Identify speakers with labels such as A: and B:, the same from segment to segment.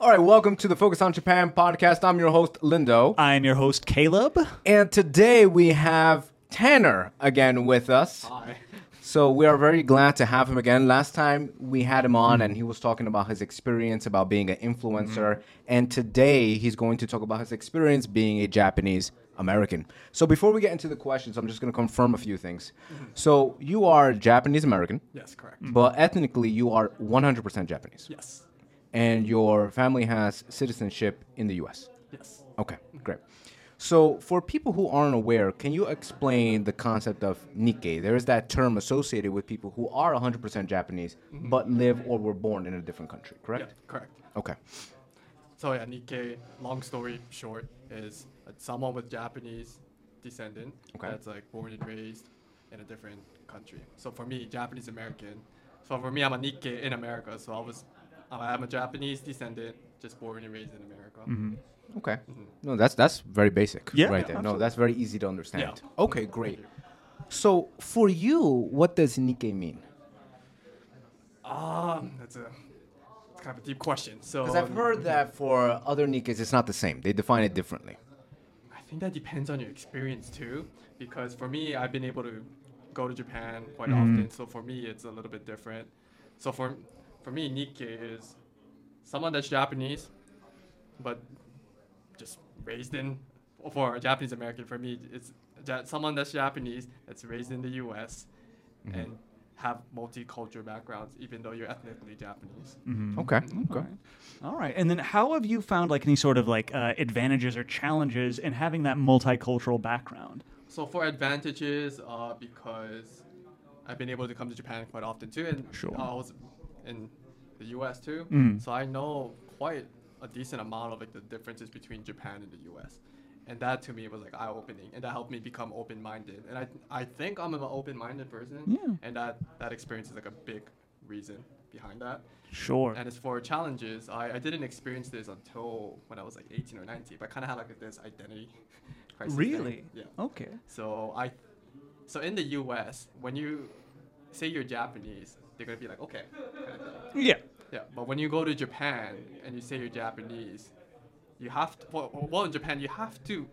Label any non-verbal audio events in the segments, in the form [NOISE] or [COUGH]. A: All right, welcome to the Focus on Japan podcast. I'm your host, Lindo.
B: I'm your host, Caleb.
A: And today we have Tanner again with us. Hi. So we are very glad to have him again. Last time we had him on and he was talking about his experience about being an influencer. And today he's going to talk about his experience being a Japanese American. So before we get into the questions, I'm just going to confirm a few things. So you are Japanese American,
C: Yes, correct.
A: but ethnically you are 100% Japanese.
C: Yes.
A: And your family has citizenship in the US.
C: Yes.
A: Okay, great. So, for people who aren't aware, can you explain the concept of Nikkei? There is that term associated with people who are 100% Japanese but live or were born in a different country,
C: Yeah,
A: correct?
C: correct.
A: Okay.
C: So yeah, Nikkei. Long story short is uh, someone with Japanese descendant
A: Okay.
C: that's like born and raised in a different country. So for me, Japanese American. So for me, I'm a Nikkei in America. So I was, I'm a Japanese descendant, just born and raised in America.
A: Okay. No, that's that's very basic
B: Yeah,
A: right
B: yeah,
A: there. No, that's very easy to understand.
C: Yeah.
A: Okay, great. So, for you, what does Nikkei mean?
C: Um, that's a, it's kind of a deep question. So
A: Because I've
C: Um,
A: heard that for other Nikkeis, it's not the same. They define it differently.
C: I think that depends on your experience too, because for me, I've been able to go to Japan quite often, so for me, it's a little bit different. So for for me, Nikkei is someone that's Japanese, but just raised in. For a Japanese American, for me, it's that someone that's Japanese that's raised in the U.S. and have multicultural backgrounds, even though you're ethnically Japanese.
A: Mm-hmm. Okay.
B: Mm-hmm.
A: Okay.
B: All right. And then how have you found like any sort of like uh, advantages or challenges in having that multicultural background?
C: So for advantages, uh, because I've been able to come to Japan quite often too, and uh,
B: Sure. Mm.
C: I was in the U.S. too, so I know quite a decent amount of like the differences between Japan and the U.S. And that to me was like eye opening, and that helped me become open minded. And I I think I'm an open minded person,
B: Yeah.
C: and that that experience is like a big reason behind that.
B: Sure.
C: And as for challenges, I, I didn't experience this until when I was like 18 or 19, but kind of had like this identity [LAUGHS] crisis. thing.
B: Really?
C: Yeah.
B: Okay.
C: So I, so in the U.S., when you say you're Japanese, they're gonna be like, okay,
B: Yeah.
C: yeah. But when you go to Japan and you say you're Japanese, you have to. Well, well, in Japan, you have to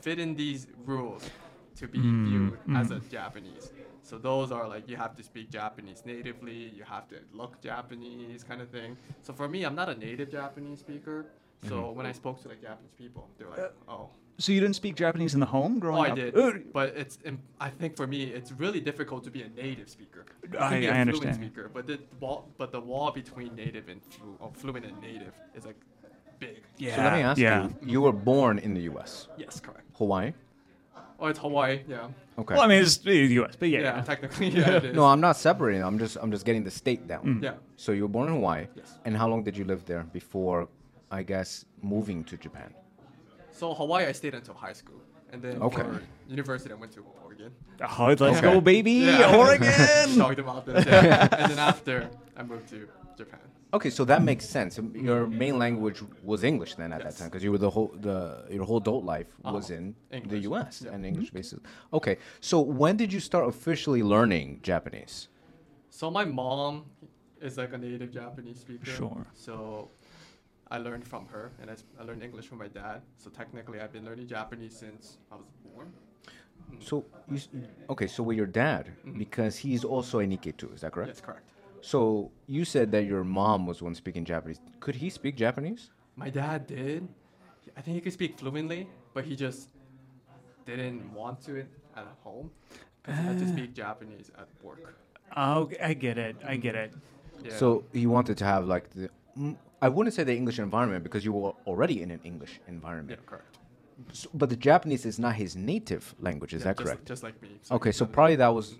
C: fit in these rules to be viewed as a Japanese. So those are like you have to speak Japanese natively, you have to look Japanese, kind of thing. So for me, I'm not a native Japanese speaker. So when I spoke to like Japanese people, they're like, oh.
B: So you didn't speak Japanese in the home growing
C: Oh, I
B: up?
C: did,
B: Uh,
C: but it's. im- I think for me, it's really difficult to be a native speaker. You can
B: I-
C: be a
B: I
C: fluent
B: understand.
C: Speaker, but the wall, but the wall between native and flu, oh, fluent and native is like big.
B: yeah.
A: So, let me ask
B: yeah.
A: you you were born in the US,
C: Yes, correct.
A: Hawaii?
C: Oh, it's Hawaii. Yeah.
A: Okay.
B: Well, I mean, it's the U.S., but yeah.
C: Yeah. Technically, [LAUGHS]
B: [LAUGHS]
C: yeah. It is.
A: No, I'm not separating. I'm just I'm just getting the state down.
C: Yeah.
A: So you were born in Hawaii.
C: Yes.
A: And how long did you live there before, I guess, moving to Japan?
C: So Hawaii, I stayed until high school, and then
A: Okay.
C: for university, I went to
B: [LAUGHS]
C: Oregon.
B: Oh, let's
A: Okay.
B: go, baby.
C: Yeah. [LAUGHS]
B: Oregon.
C: Talked about this. Yeah. and then after, I moved to Japan.
A: Okay, so that makes sense. Um, Your main language was English then at that
C: Yes.
A: time, because you were the whole the your whole adult life was
C: Uh-huh.
A: in the
C: English.
A: U.S.
C: Yeah. Mm-hmm.
A: and English basis. Okay, so when did you start officially learning Japanese?
C: Mm. So my mom is like a native Japanese speaker.
B: Sure.
C: So I learned from her, and I, s- I learned English from my dad. So technically, I've been learning Japanese since I was born.
A: So you, s- okay, so with your dad,
C: Mm-hmm.
A: because he's also a Nikkei too. Is that correct?
C: That's correct.
A: So you said that your mom was the one speaking Japanese. Could he speak Japanese?
C: My dad did. I think he could speak fluently, but he just didn't want to it at home. 'cause he
A: Ah.
C: had to speak Japanese at work.
B: Oh, I get it. I get it.
C: Yeah.
A: So you wanted to have like the mm, I wouldn't say the English environment because you were already in an English
C: yeah,
A: environment.
C: correct.
A: So- but the Japanese is not his native language. Is that
C: Just,
A: correct?
C: Just like me.
A: okay, so
C: he-
A: probably that was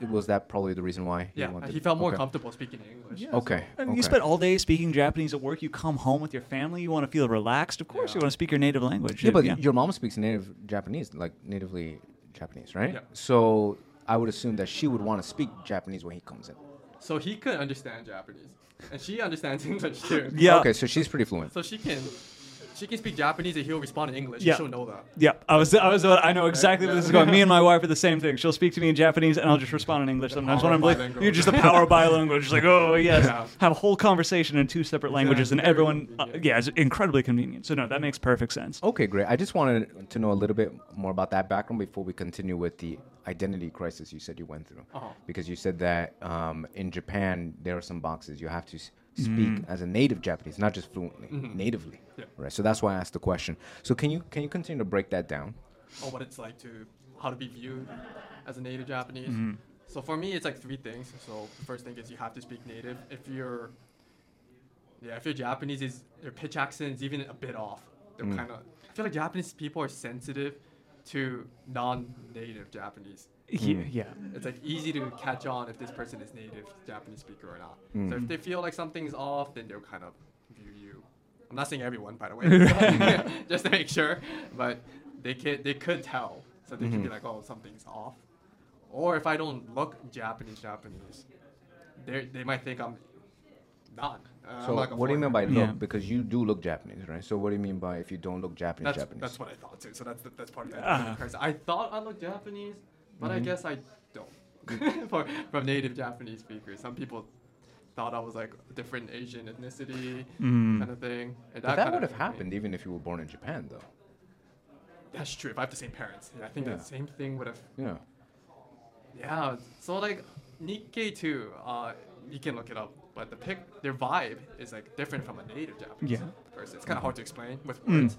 A: it was that probably the reason why.
C: Mm-hmm. Yeah,
A: he, wanted,
C: he felt more
A: okay.
C: comfortable speaking English.
B: Yeah.
A: Okay.
B: I mean,
A: okay.
B: You spent all day speaking Japanese at work. You come home with your family. You want to feel relaxed. Of course,
C: Yeah.
B: you want to speak your native language.
A: yeah, but
B: yeah.
A: your mom speaks native Japanese, like natively Japanese, right?
C: Yeah.
A: So I would assume that she would want to speak Japanese when he comes in.
C: So he could understand Japanese, and she understands [LAUGHS] English too.
B: Yeah.
A: Okay, so she's pretty fluent.
C: So she can she can speak Japanese and he'll respond in English.
B: Yeah.
C: You should know that.
B: Yeah, I was, I was, I know exactly where this is going. Me and my wife are the same thing. She'll speak to me in Japanese, and I'll just respond in English sometimes.
C: power
B: When I'm
C: of
B: like,
C: bilingual.
B: you're just the power
C: [LAUGHS]
B: of bilingual, just like, oh yes,
C: Yeah.
B: have a whole conversation in two separate languages, and
C: Very
B: everyone, uh,
C: convenient.
B: yeah, it's incredibly convenient. So no, that makes perfect sense.
C: Oh.
A: Okay, great. I just wanted to know a little bit more about that background before we continue with the identity crisis you said you went through.
C: Uh-huh.
A: Because you said that um, in Japan, there are some boxes you have to s- speak as a native Japanese, not just fluently, natively.
C: Mm-hmm. Yeah.
A: Right. So that's why I asked the question. So can you can you continue to break that down?
C: or what it's like to how to be viewed as a native Japanese. So for me, it's like three things. So the first thing is you have to speak native. If you're yeah, if you're Japanese, is their pitch accent is even a bit off. They're kind of. I feel like Japanese people are sensitive to non-native Japanese.
B: Yeah, yeah.
C: It's like easy to catch on if this person is native Japanese speaker or not. So
A: Hmm.
C: if they feel like something's off, then they'll kind of view you. I'm not saying everyone, by
A: [LAUGHS]
C: the way, [LAUGHS] just to make sure, but they could they could tell. So they could
A: Hmm.
C: be like, oh, something's off. Or if I don't look Japanese Japanese, they they might think I'm not. Uh, I'm
A: So
C: like a
A: what do you mean by
C: foreigner.
A: look?
B: Yeah.
A: Because you do look Japanese, right? So what do you mean by if you don't look Japanese
C: That's
A: Japanese?
C: that's what I thought too. So that's that's part of that.
B: Ah.
C: I thought I looked Japanese, but
A: Mm-hmm.
C: I guess I don't. [LAUGHS] For, from native Japanese speakers, some people thought I was like a different Asian ethnicity kind of
A: Mm.
C: thing. And
A: but that
C: kinda
A: would have
C: hurt me.
A: happened even if you were born in Japan, though.
C: That's true. If I have the same parents, yeah, I think
A: Yeah.
C: the same thing would have.
A: Yeah.
C: Yeah. So like Nikkei too. Uh, you can look it up, but the pic, their vibe is like different from a native Japanese
B: Yeah.
C: person. It's kind of hard to explain with words,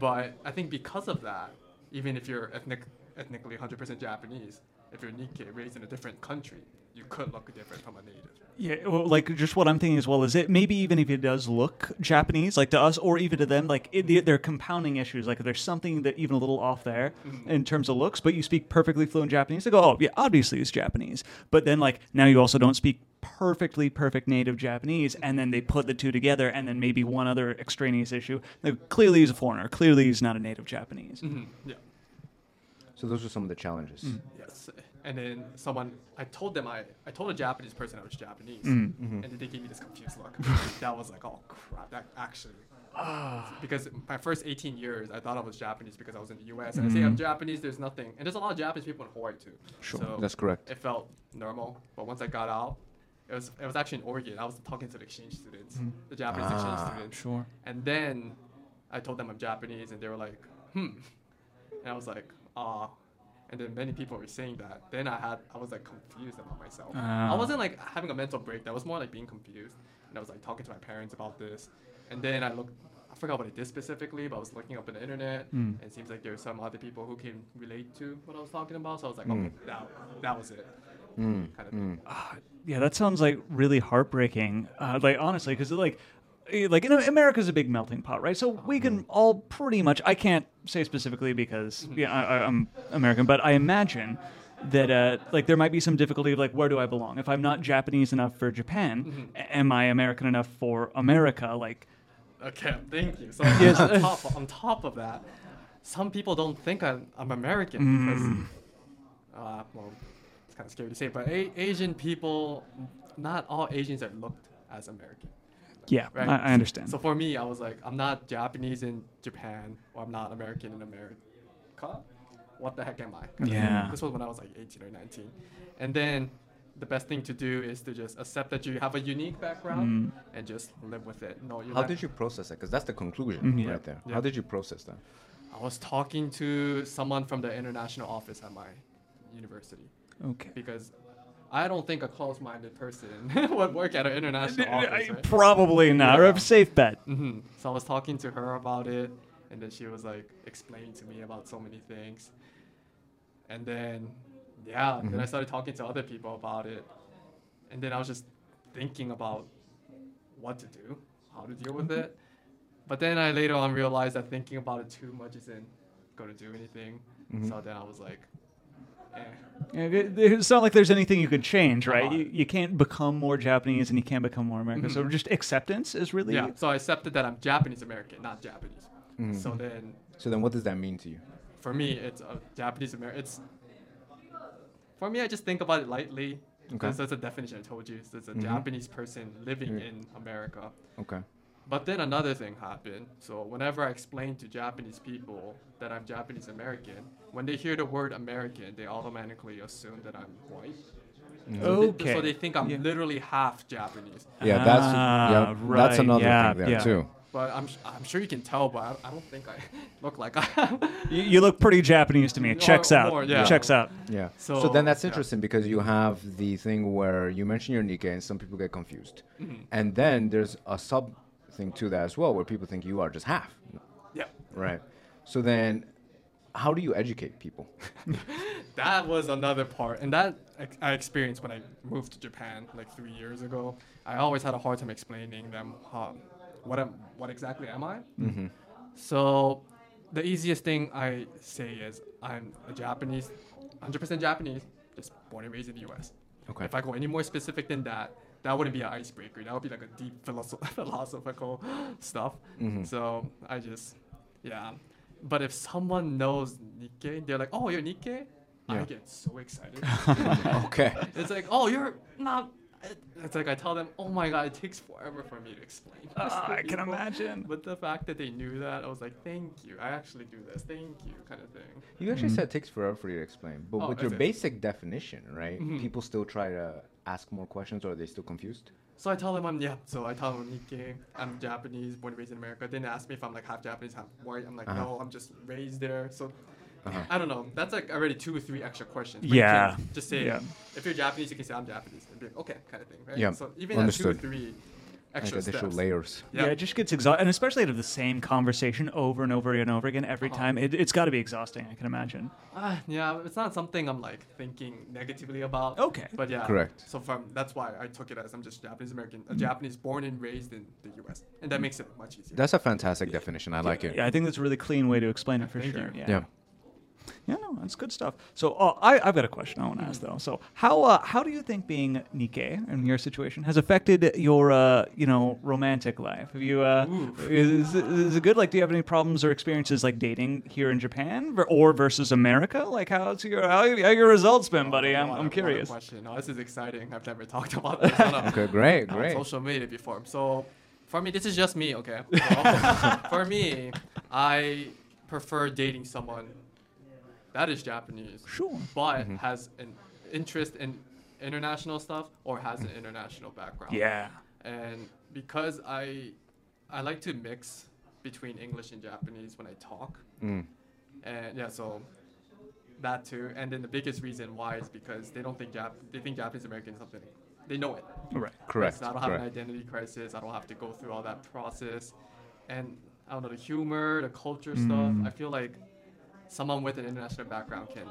C: but I think because of that, even if you're ethnic, ethnically 100% Japanese, if you're Nikkei raised in a different country, you could look different from a native.
B: Yeah, well, like just what I'm thinking as well is it maybe even if it does look Japanese, like to us or even to them, like it, they're compounding issues. Like if there's something that even a little off there in terms of looks, but you speak perfectly fluent Japanese, they go, oh yeah, obviously it's Japanese. But then like now you also don't speak perfectly perfect native Japanese, and then they put the two together, and then maybe one other extraneous issue. Like, clearly he's a foreigner. Clearly he's not a native Japanese.
C: Mm, Yeah.
A: So those are some of the challenges.
C: Mm. Yes. And then someone, I told them I, I told a Japanese person I was
A: Mm,
C: Japanese,
A: mm-hmm.
C: and then they gave me this confused
A: [LAUGHS]
C: look. that was like, oh crap, that actually.
A: Ah.
C: because my first 18 years, I thought I was Japanese because I was in the U.S. And I
A: Mm-hmm.
C: say I'm Japanese, there's nothing, and there's a lot of Japanese people in Hawaii too. Sure,
A: That's correct.
C: It felt normal, but once I got out, it was it was actually in Oregon. I was talking to the exchange students, the Japanese
A: Ah,
C: exchange students.
B: sure.
C: And then I told them I'm Japanese, and they were like, hmm. And I was like, ah. And then many people were saying that. Then I had, I was like confused about myself. I
B: Ah.
C: wasn't like having a mental break. That was more like being confused. And I was like talking to my parents about this. And then I looked, I forgot what it did specifically, but I was looking up on the internet. And it seems like there are some other people who can relate to what I was talking about. So I was like, okay, that, that was it.
A: Mm.
C: Kind of thing.
B: Yeah, that sounds like really heartbreaking. Uh, like honestly, because like, eh, like in America's a big melting pot, right? So
C: Oh,
B: we can all pretty much. I can't say specifically because
C: Mm-hmm.
B: yeah, I, I- I'm American, but I imagine that uh, like there might be some difficulty of like where do I belong? If I'm not Japanese enough for Japan,
C: Mm-hmm.
B: a- am I American enough for America? Like,
C: Okay, thank you.
B: [LAUGHS]
C: So on, top, on top of that, some people don't think I'm, I'm American
B: Mm.
C: because, uh, well, it's kind of scary to say, but a- Asian people, not all Asians are looked as American.
B: yeah,
C: Right.
B: I, I understand.
C: So for me, I was like, I'm not Japanese in Japan, or I'm not American in America. What the heck am I? Kinda thing.
B: Yeah.
C: This was when I was like 18 or 19. And then the best thing to do is to just accept that you have a unique
B: Mm.
C: background and just live with it. No, you're
A: How
C: not-
A: did you process that? Because that's the conclusion
C: Mm-hmm.
A: right there.
C: Yeah.
A: How did you process that?
C: I was talking to someone from the international office at my university
B: okay.
C: because I don't think a closed-minded person [LAUGHS] would work at an international office.
B: I-
C: Right?
B: Probably not.
C: Yeah.
B: Safe bet.
C: hmm So I was talking to her about it, and then she was like explaining to me about so many things. And then, yeah, then I started talking to other people about it, and then I was just thinking about what to do, how to deal with it. But then I later on realized that thinking about it too much isn't going to do anything. So then I was like, eh.
B: Yeah, there- there- It's not like there's anything you could change, right?
C: Uh-huh.
B: You, you can't become more Japanese and you can't become more American. So just acceptance is really.
C: Mm-hmm. Yeah, so I accepted that I'm Japanese American, not Japanese. So then,
A: So then, what does that mean to you?
C: for me, it's a Japanese American. It's for me, I just think about it lightly.
A: Okay.
B: Mm-hmm.
C: Because that's a definition I told you. So it's a Japanese person living in America,
A: Okay.
C: But then another thing happened. So whenever I explain to Japanese people that I'm Japanese American, when they hear the word American, they automatically assume that I'm white. So they-
B: Okay.
C: so they think I'm
B: Yeah.
C: literally half Japanese.
A: Yeah, that's
B: Ah,
A: yeah, that's
B: right,
A: another
B: yeah,
A: thing there
B: yeah.
A: too.
C: But I'm, s- I'm sure you can tell, but I, I don't think I [LAUGHS] look like I am.
B: You, you look pretty Japanese to me. It checks
C: Or-
B: out.
C: or, yeah.
B: Checks out.
A: Yeah. So,
C: So-
A: then that's
C: yeah.
A: interesting because you have the thing where you mention your Nikkei and some people get confused.
C: Mm-hmm.
A: And then there's a sub thing to that as well where people think you are just half.
C: yeah.
A: Right. So then how do you educate people? [LAUGHS]
C: That was another part, and that ex- I experienced when I moved to Japan like three years ago. I always had a hard time explaining them how, what am, what exactly am I? Mm-hmm. So, the easiest thing I say is I'm a Japanese, 100% Japanese, just born and raised in the U.S.
A: Okay.
C: If I go any more specific than that, that wouldn't be an icebreaker. That would be like a deep philosoph- [LAUGHS] philosophical stuff.
A: Mm-hmm.
C: So I just, yeah. But if someone knows Nikkei, they're like, oh, you're Nikkei?
A: Yeah.
C: I get so excited.
A: [LAUGHS] okay.
C: it's like, oh, you're not. It's like I tell them, oh my god, it takes forever for me to explain. [LAUGHS] this to
B: Ah, I can
C: people."
B: imagine.
C: But the fact that they knew that, I was like, thank you. I actually do this. Thank you, kind of thing.
A: You actually said it takes forever for you to explain, but
C: Mm-hmm. Oh,
A: with your
C: is Mm-hmm. it?
A: basic definition, right? People still try to ask more questions or are they still confused?
C: So I tell them I'm yeah. So I tell them I'm Nikkei. I'm Japanese, born and raised in America. Then they ask me if I'm like half Japanese, half white. I'm like
A: Uh-huh.
C: no, I'm just raised there. So
A: Uh-huh.
C: I don't know. That's like already two or three extra questions. but
B: Yeah.
C: You can't just say
B: Yeah.
C: if you're Japanese, you can say I'm Japanese. And be like, okay, kind of thing, right?
A: Yeah.
C: So even
A: Understood.
C: at two or three
A: Like
C: extra
A: additional
C: steps.
A: layers.
B: Yeah.
C: Yeah.
B: it just gets exhausting, and especially out of the same conversation over and over and over again every
C: Uh-huh.
B: time. It, it's got to be exhausting. I can imagine.
C: Ah, yeah, it's not something I'm like thinking negatively about.
B: Okay.
C: But yeah.
A: Correct.
C: So from that's why I took it as I'm just Japanese American, a Japanese born and raised in the U.S. And that makes it much easier.
A: That's a fantastic definition. I like it.
B: Yeah, I think that's a really clean way to explain it for
C: Thank
B: sure.
C: you.
A: Yeah.
B: [LAUGHS] Yeah, no, that's good stuff. So uh, I, I've got a question I want to ask though. So how uh, how do you think being Nikkei in your situation has affected your uh, you know romantic life? Have you uh, is, is it good? Like, do you have any problems or experiences like dating here in Japan ver- or versus America? Like, how's your how, how your results been, buddy? I'm,
C: What a-
B: I'm
C: what a
B: curious.
C: question. Oh, this is exciting. I've never talked [LAUGHS] about this on, a,
A: Okay, great,
C: on
A: great.
C: social media before. So for me, this is just me, okay?
A: [LAUGHS]
C: So, for me, I prefer dating someone that is Japanese,
B: Sure.
C: but
A: Mm-hmm.
C: has an interest in international stuff or has an international background.
B: Yeah.
C: And because I, I like to mix between English and Japanese when I talk.
A: Mm.
C: And yeah, so that too. And then the biggest reason why is because they don't think Jap- they think Japanese American is something. They know it.
B: Right.
A: Correct.
C: So I don't have an
A: correct.
C: identity crisis. I don't have to go through all that process. And I don't know the humor, the culture
A: Mm.
C: stuff. I feel like someone with an international background can,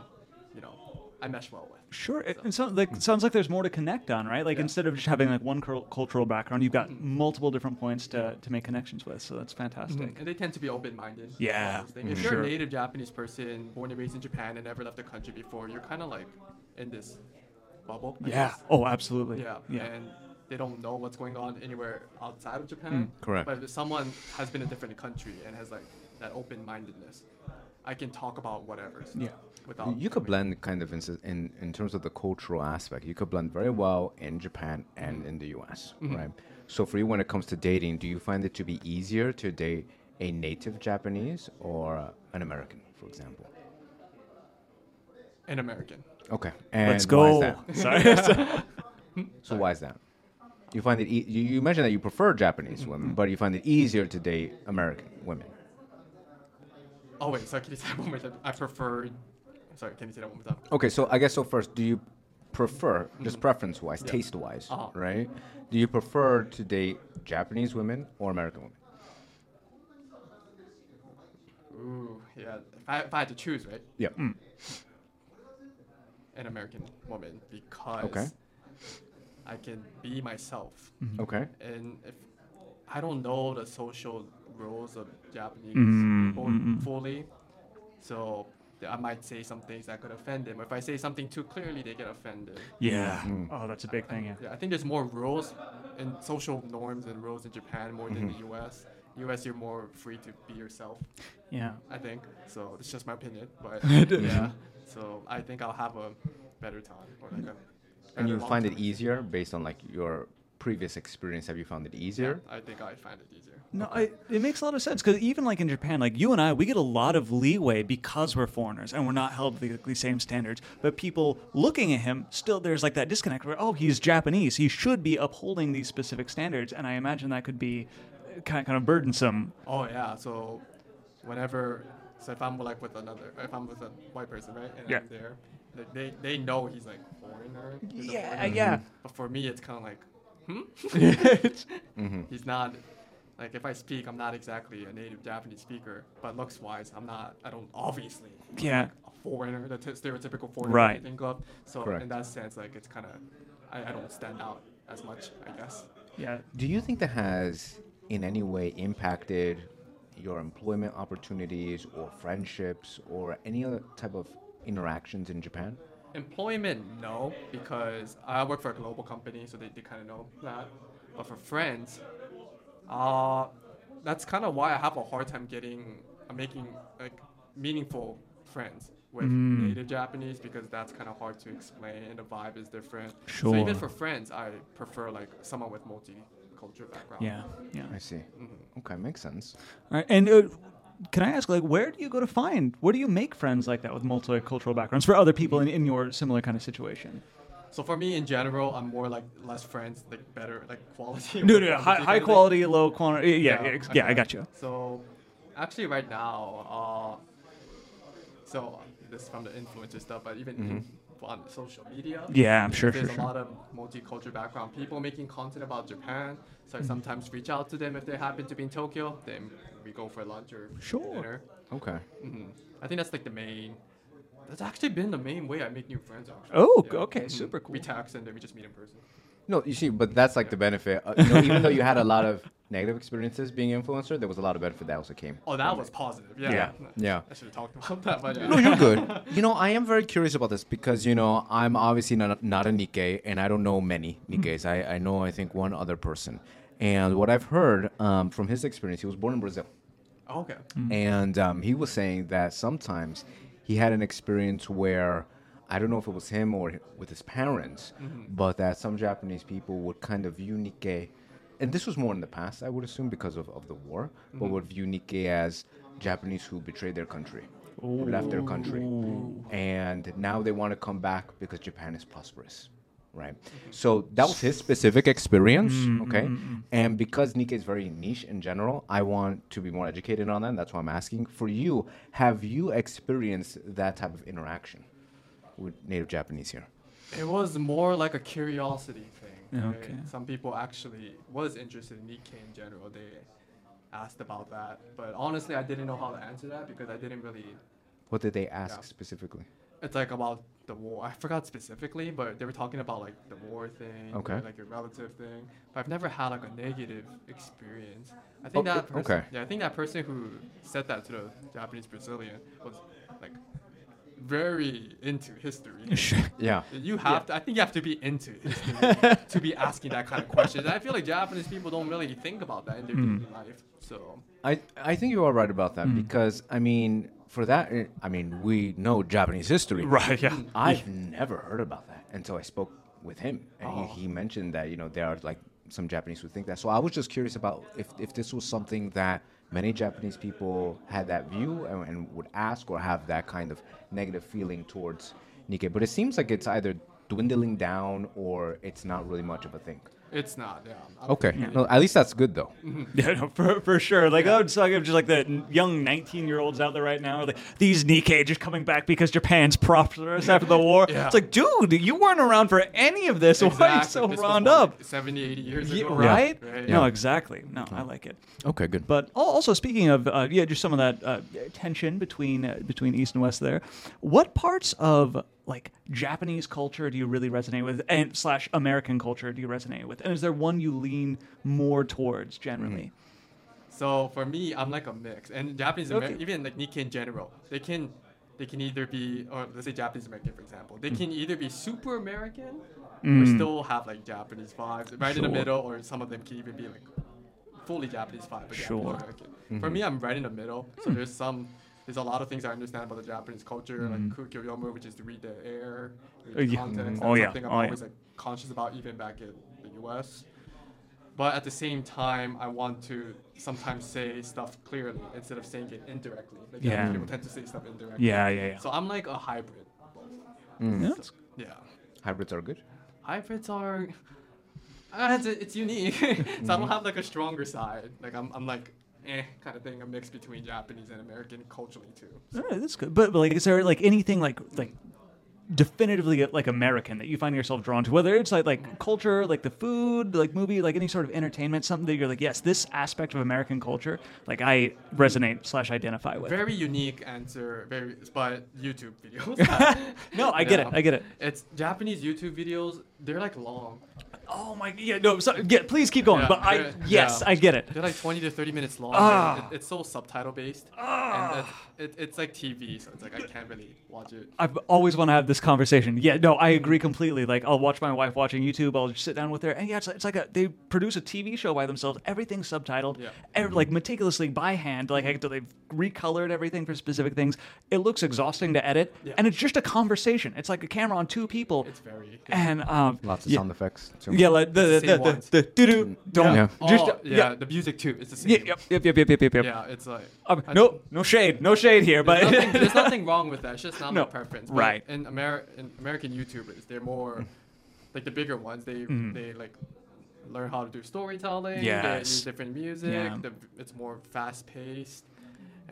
C: you know, I mesh well with.
B: Sure. It, it sounds like sounds like there's more to connect on, right? Like
C: Yeah.
B: instead of just having like one cul- cultural background, you've got multiple different points to, to make connections with. So that's fantastic.
C: And they tend to be open-minded.
B: Yeah,
C: All those things. If
B: mm,
C: you're
B: sure.
C: a native Japanese person, born and raised in Japan, and never left the country before, you're kind of like in this bubble. I
B: Yeah.
C: guess.
B: Oh, absolutely.
C: Yeah, and they don't know what's going on anywhere outside of Japan.
A: Mm, correct.
C: But if someone has been in a different country and has like that open-mindedness, I can talk about whatever. so
B: Yeah.
C: Without
A: You could blend kind of in, s- in in terms of the cultural aspect. You could blend very well in Japan
B: Mm-hmm.
A: and in the U.S. Right. So for you, when it comes to dating, do you find it to be easier to date a native Japanese or an American, for example?
C: an American.
A: Okay. And
B: Let's
A: Why is
B: go.
A: that?
B: [LAUGHS] Sorry.
A: So why is that? You find it. E- you, you mentioned that you prefer Japanese
B: Mm-hmm.
A: women, but you find it easier to date American women.
C: Oh wait, sorry. Can you say that one more time? I prefer. Sorry, can you say that one more time?
A: Okay, so I guess so. First, do you prefer, just preference-wise, taste-wise,
C: Uh-huh.
A: right? Do you prefer to date Japanese women or American women?
C: Ooh, yeah. If I, if I had to choose, right?
A: Yeah.
C: An American woman because I can be myself.
A: Okay.
C: and if I don't know the social rules of Japanese
B: Mm,
C: people
B: mm, mm.
C: fully, so th- I might say some things that could offend them. If I say something too clearly, they get offended.
B: yeah. Oh, that's a big thing. Yeah.
C: Yeah, I think there's more rules and social norms and rules in Japan more than the U.S. U.S. you're more free to be yourself.
B: Yeah.
C: I think so. It's just my opinion,
A: [LAUGHS]
C: but yeah. [LAUGHS] So I think I'll have a better time. Or like a
A: And
C: better
A: you
C: long
A: find
C: time.
A: it easier based on like your previous experience, have you found it easier?
C: I think I find it easier.
B: No, I, it makes a lot of sense because even like in Japan, like you and I, we get a lot of leeway because we're foreigners and we're not held to the, the same standards. But people looking at him, still there's like that disconnect where oh, he's Japanese, he should be upholding these specific standards, and I imagine that could be kind kind of burdensome.
C: Oh yeah. So whenever, so if I'm like with another, if I'm with a white person, right, and
B: Yeah.
C: I'm there, like, they they know he's like foreigner. he's a
B: Yeah,
C: foreigner.
B: yeah.
C: But for me, it's kind of like, hmm.
A: Hmm.
C: He's not. Like if I speak, I'm not exactly a native Japanese speaker, but looks wise, I'm not. I don't obviously
B: [LAUGHS] Yeah,
C: a foreigner, the t- stereotypical foreigner
B: Right.
C: in glove. So
A: Correct.
C: in that sense, like it's kind of, I, I don't stand out as much, I guess.
B: yeah.
A: Do you think that has in any way impacted your employment opportunities or friendships or any other type of interactions in Japan?
C: Employment, no, because I work for a global company, so they, they kind of know that. But for friends, uh, that's kind of why I have a hard time getting, uh, making like meaningful friends with
B: Mm.
C: native Japanese because that's kind of hard to explain and the vibe is different. So even
B: Sure.
C: for friends, I prefer like someone with multicultural background.
B: Yeah, yeah.
A: I see. Okay, makes sense.
B: All right, and uh, can I ask, like, where do you go to find, where do you make friends like that with multicultural backgrounds for other people in, in your similar kind of situation?
C: So for me in general, I'm more like less friends, like better, like quality.
B: No,
C: over
B: no, no,
C: quantity
B: high,
C: kind
B: high
C: of thing.
B: quality, low quantity. Yeah, yeah, ex- yeah, I
C: okay.
B: got you.
C: So actually, right now, uh, so this is from the influencer stuff, but even on social media.
B: Mm-hmm. Yeah, I'm sure,
C: There's
B: sure,
C: a lot of multicultural background people making content about Japan, so
B: Mm-hmm.
C: I sometimes reach out to them if they happen to be in Tokyo. Then we go for lunch or
B: Sure.
C: dinner.
A: Okay.
C: hmm I think that's like the main. That's actually been the main way I make new friends. Actually. Mm-hmm.
B: Oh, okay, super cool.
C: We text and then we just meet in person.
A: No, you see, but that's like the benefit. Uh, you know, even though you had a lot of negative experiences being influencer, there was a lot of benefit that also came.
C: Oh, that was positive. Yeah. [LAUGHS]
B: Yeah.
A: Yeah.
C: I should have talked about that, but yeah.
A: No, you're good. You know, I am very curious about this because you know I'm obviously not not a Nikkei, and I don't know many Nikkeis. I, I know I think one other person, and what I've heard um, from his experience, he was born in Brazil,
C: [LAUGHS] Oh, okay.
A: and um, he was saying that sometimes he had an experience where I don't know if it was him or with his parents, but that some Japanese people would kind of view Nikkei, and this was more in the past, I would assume, because of, of the war, but would view Nikkei as Japanese who betrayed their country, who left their country. And now they want to come back because Japan is prosperous. Right. So that was his specific experience. Okay. And because Nikkei is very niche in general, I want to be more educated on that. That's why I'm asking. For you, have you experienced that type of interaction with native Japanese here?
C: It was more like a curiosity thing. right?
B: Okay.
C: Some people actually was interested in Nikkei in general. They asked about that, but honestly, I didn't know how to answer that because I didn't really.
A: What did they ask
C: Yeah.
A: specifically?
C: It's like about the war. I forgot specifically, but they were talking about like the war thing,
A: Okay.
C: like your relative thing. But I've never had like a negative experience. I think
A: Oh,
C: that
A: o-
C: person,
A: okay.
C: yeah, I think that person who said that to the Japanese Brazilian was like very into history.
B: [LAUGHS]
A: Yeah.
C: You have to. I think you have to be into history to be asking that kind of question. I feel like Japanese people don't really think about that in their
B: Hmm.
C: daily life. So
A: I, I think you are right about that because, I mean, for that, eh, I mean, we know Japanese history.
B: Right, yeah. [LAUGHS]
A: I've never heard about that until I spoke with him, and
B: Oh.
A: he, he mentioned that you know there are like some Japanese who think that. So I was just curious about if if this was something that many Japanese people had that view and, and would ask or have that kind of negative feeling towards Nikkei. But it seems like it's either dwindling down or it's not really much of a thing.
C: it's not. Yeah. I'm-
A: Okay, no, at least that's good though.
B: Yeah, no, for, for sure. Like, I was talking of just like the n- young 19 year olds out there right now, like, these Nikkei just coming back because Japan's prosperous after the war.
C: Yeah.
B: It's like, dude, you weren't around for any of this. [LAUGHS] [LAUGHS] Why are you so
C: This was
B: wound
C: what,
B: up?
C: like, 70, 80 years
B: Yeah,
C: ago.
B: right?
C: Right.
B: No, exactly. No, I like it.
A: Okay, good.
B: But al- also speaking of uh, yeah, just some of that uh, tension between uh, between East and West. There, what parts of like Japanese culture do you really resonate with, and slash American culture do you resonate with? And is there one you lean more towards generally?
C: So for me, I'm like a mix, and Japanese Amer-
B: Okay.
C: even like Nikkei in general, they can, they can either be, or let's say Japanese American for example, they can either be super American, or still have like Japanese vibes, right in
B: Mm. Sure.
C: the middle, or some of them can even be like fully Japanese vibe, but
B: Sure. Hmm.
C: Japanese American. For me, I'm right in the middle. So there's some, there's a lot of things I understand about the Japanese culture, like kukyoyomu, which is to read the air,
B: Uh,
C: read the
B: yeah.
C: context.
B: Mm-hmm. Oh,
C: That's
B: yeah.
C: something I'm
B: Oh, yeah.
C: always like conscious about, even back in the U.S. But at the same time, I want to sometimes say stuff clearly instead of saying it indirectly. Like Japanese
B: Yeah.
C: people tend to say stuff indirectly.
B: Yeah, yeah, yeah. Mm.
C: So I'm like a hybrid.
B: Yeah, that's-
C: Yeah.
A: Hybrids are good.
C: hybrids are uh, it's, it's unique [LAUGHS] so i
B: Mm-hmm.
C: don't have like a stronger side like i'm, I'm like eh kind of thing a mix between japanese and american culturally too
B: Alright, that's good. But, but like, is there like anything like like definitively like American that you find yourself drawn to? Whether it's like like culture, like the food, like movie, like any sort of entertainment, something that you're like, yes, this aspect of American culture, like I resonate slash identify with.
C: very unique answer very but youtube videos
B: [LAUGHS]
C: [LAUGHS]
B: no, I get it.
C: Yeah.
B: I get it.
C: it's japanese youtube videos they're like long
B: Oh my, yeah, no, so, yeah, please keep going.
C: Yeah,
B: but I,
C: yeah,
B: yes,
C: yeah.
B: I get it.
C: they're like 20 to 30 minutes long
B: Ah.
C: it, it's so subtitle based and it's, it, it's like tv so it's like i can't really watch it
B: I've always want to have this conversation. Yeah, no, I agree completely. Like, I'll watch my wife watching YouTube. I'll just sit down with her, and yeah, it's, it's like a, they produce a TV show by themselves. Everything's subtitled,
C: Yeah.
B: ev- like meticulously by hand. Like, I- they've recolored everything for specific things. It looks exhausting to edit,
C: Yeah.
B: and it's just a conversation. It's like a camera on two people,
C: it's very
B: and um,
A: Lots of
B: yeah,
A: sound effects too.
B: yeah, like the the
C: Same
B: the,
C: ones.
B: the, the doo-doo, don't
A: Yeah.
B: just uh,
C: oh, yeah,
B: yeah.
C: the music too it's the same
B: Yeah, yep, yep, yep, yep, yep, yep. yep.
C: yeah it's like
B: Um,
C: I-
B: no, no shade, no shade here, but [LAUGHS]
C: there's, nothing, there's nothing wrong with that. It's just not
B: No,
C: my preference.
B: right. Mm.
C: In, Ameri- in American YouTubers, they're more like the bigger ones. They they like learn how to do storytelling. They
B: Mm-hmm. Yes.
C: use different music.
B: Yeah.
C: The, it's more fast paced.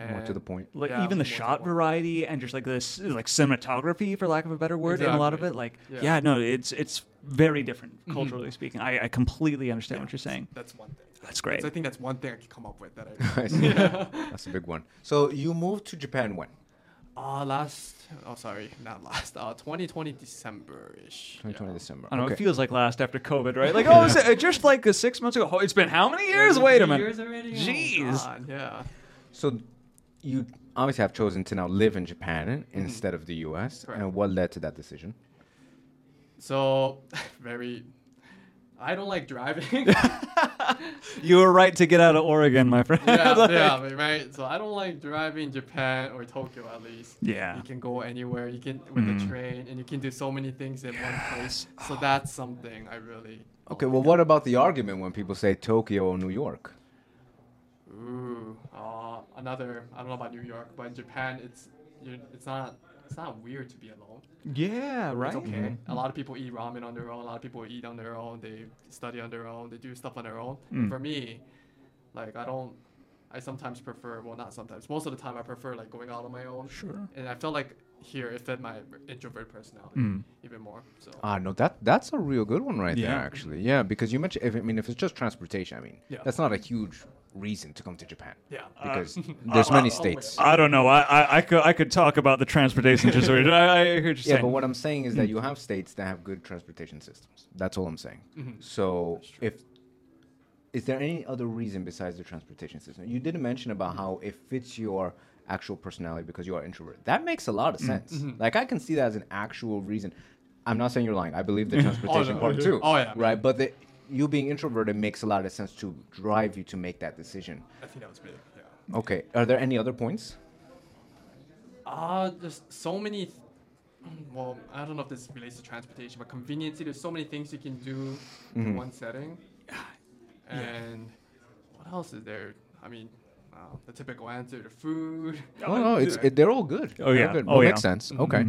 A: More to the point.
B: like
C: Yeah,
B: even the
C: more
B: shot
C: support.
B: variety and just like this like cinematography for lack of a better word in a lot of it
C: Exactly.
B: like yeah,
C: Yeah. Mm-hmm.
B: no it's it's very different culturally speaking I, I completely understand what you're saying
C: That's one thing.
B: that's great
C: So I think that's one thing I could come up with that I.
B: [LAUGHS]
A: I see. [LAUGHS] That's a big one. So you moved to Japan when?
C: Uh, last. Oh, sorry, not last. Uh, 2020 December ish.
A: 2020 December.
B: I don't know
A: okay.
B: it feels like last after COVID right
C: [LAUGHS]
B: like oh is it just like uh, six months ago oh, it's been how many years wait a minute
C: Years already. Oh,
B: Jeez.
C: God, yeah.
A: so you obviously have chosen to now live in Japan instead of the U.S.
C: Mm-hmm. Correct. Oh,
A: And what led to that decision?
C: So, [LAUGHS] very. I don't
B: [LAUGHS]
C: like driving. [LAUGHS]
B: you were right to get out of Oregon my friend [LAUGHS]
C: yeah,
B: Like-
C: yeah, right. So I don't like driving Japan or Tokyo at least.
B: Yeah. Mm.
C: You can go anywhere. You can with the train, and you can do so many things in one place. So that's something I really.
A: Okay. Well, what about the argument when people say Tokyo or New York?
C: Ooh. Uh, another. I don't know about New York, but in Japan, it's you it's not it's not weird to be alone.
B: yeah right
C: It's okay. A lot of people eat ramen on their own. A lot of people eat on their own. They study on their own. They do stuff on their own. For me, like I don't. I sometimes prefer. Well, not sometimes. Most of the time, I prefer like going out on my own.
B: Sure.
C: And I felt like here it fed my introvert personality even more. So.
A: Ah, no, that that's a real good one right there,
B: Yeah.
A: actually. Yeah, because you mentioned. If, I mean, if it's just transportation, I mean,
C: Yeah.
A: that's not a huge reason to come to Japan
C: yeah. [LAUGHS] Uh,
A: because there's many states.
B: I don't know I, I I could I could talk about the
C: [LAUGHS]
B: transportation situation I, I heard you
A: Yeah, but what I'm saying is that you have states that have good transportation systems. That's all I'm saying. So if is there any other reason besides the transportation system? You didn't mention about how it fits your actual personality because you are introvert. That makes a lot of sense. Like I can see that as an actual reason. I'm not saying you're lying. I believe the transportation
C: no,
A: part
C: yeah.
A: too.
C: Oh, yeah.
A: Right, but the, you being introverted makes a lot of sense to drive you to make that decision.
C: I think that was big. Yeah.
A: Okay. Are there any other points?
C: Uh, there's so many. Th- well, I don't know if this relates to transportation, but convenience. There's so many things you can do in one setting. And what else is there? I mean, uh, the typical answer to food.
A: Oh no, it's it, they're all good.
B: Oh,
A: They're
B: yeah.
A: good.
B: Oh,
A: Well,
B: yeah.
A: makes sense. Okay.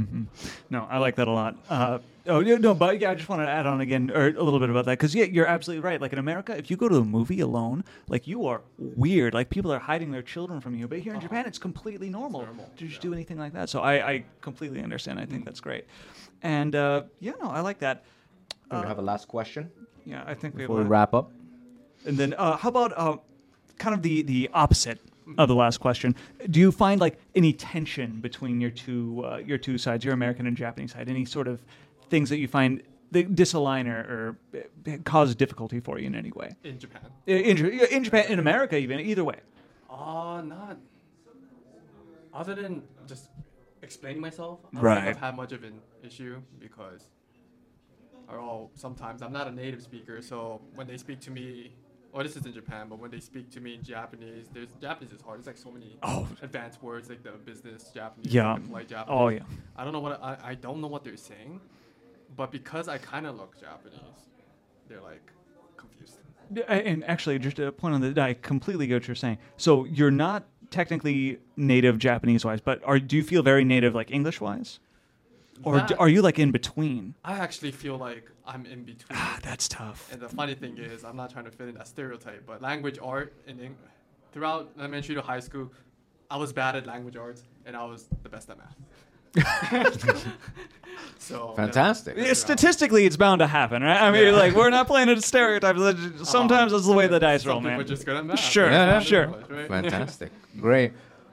B: No, I like that a lot. Uh, oh yeah, no, but yeah, I just wanted to add on again or a little bit about that because yeah, you're absolutely right. Like in America, if you go to a movie alone, like you are weird. Like people are hiding their children from you. But here in Japan, it's completely normal,
C: normal,
B: to just do anything like that. So I, I completely understand. I think that's great. And uh, yeah, no, I like that.
A: Do we have a last question
B: Yeah, I think we
A: before we
B: will.
A: wrap up?
B: And then, uh, how about uh, kind of the the opposite of the last question? Do you find like any tension between your two uh, your two sides, your American and Japanese side? Any sort of things that you find that disalign or, or uh, cause difficulty for you in any way?
C: In Japan.
B: In, in, in Japan, in America, even either way.
C: Uh, not. Other than just explaining myself, I don't
B: Right.
C: think I've had much of an issue because, or all sometimes I'm not a native speaker, so when they speak to me, or this is in Japan, but when they speak to me in Japanese, there's Japanese is hard. It's like so many
B: Oh.
C: advanced words like the business Japanese,
B: Yeah.
C: the polite Japanese.
B: Oh yeah.
C: I don't know what I, I don't know what they're saying, but because I kind of look Japanese, they're like confused.
B: and actually, just a point on that, I completely get what you're saying. So you're not technically native Japanese wise, but are do you feel very native like English wise, or d
C: That-
B: are you like in between?
C: I actually feel like I'm in between.
B: Ah, that's tough.
C: And the funny thing is, I'm not trying to fit in that stereotype, but language art in Eng- throughout elementary to high school, I was bad at language arts, and I was the best at math. so yeah.
A: Fantastic.
B: Yeah, statistically, it's bound to happen, right? I mean,
C: Yeah.
B: like we're not playing a stereotype. Sometimes that's the way the dice
C: Some
B: roll,
C: people
B: man.
C: are just good at math.
B: Sure,
C: some
A: Yeah,
C: are
B: sure.
C: not, right?
A: Fantastic. Great.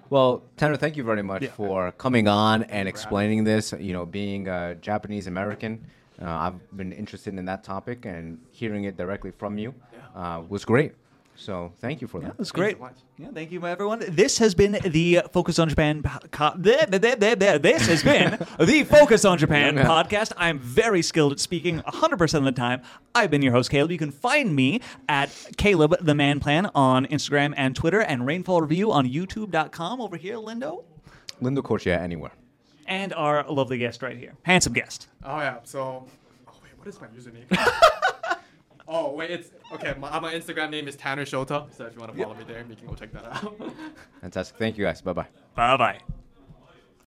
A: Well, Tanner, thank you very much
B: Yeah.
A: for coming on and explaining this. You know, being a Japanese American, uh, I've been interested in that topic and hearing it directly from you uh, was great. So thank you for that.
B: That was
C: Thank you
B: great.
C: so much.
B: yeah, thank you, everyone. This has been the Focus on Japan. po- co- [LAUGHS] bleh, bleh, bleh, bleh, bleh. This has been the Focus on Japan
A: Yeah.
B: podcast. I'm very skilled at speaking 100% of the time. I've been your host, Caleb. You can find me at Caleb the Man Plan on Instagram and Twitter, and Rainfall Review on YouTube.com. Over here, Lindo,
A: Linda Corchia, anywhere.
B: and our lovely guest right here, handsome guest.
C: Oh yeah. So, oh wait, what is my username? oh wait, it's okay. My, my Instagram name is Tanner Shota. So if you want to follow me there, you can go check that out. [LAUGHS]
A: Fantastic. Thank you guys. Bye bye.
B: Bye bye.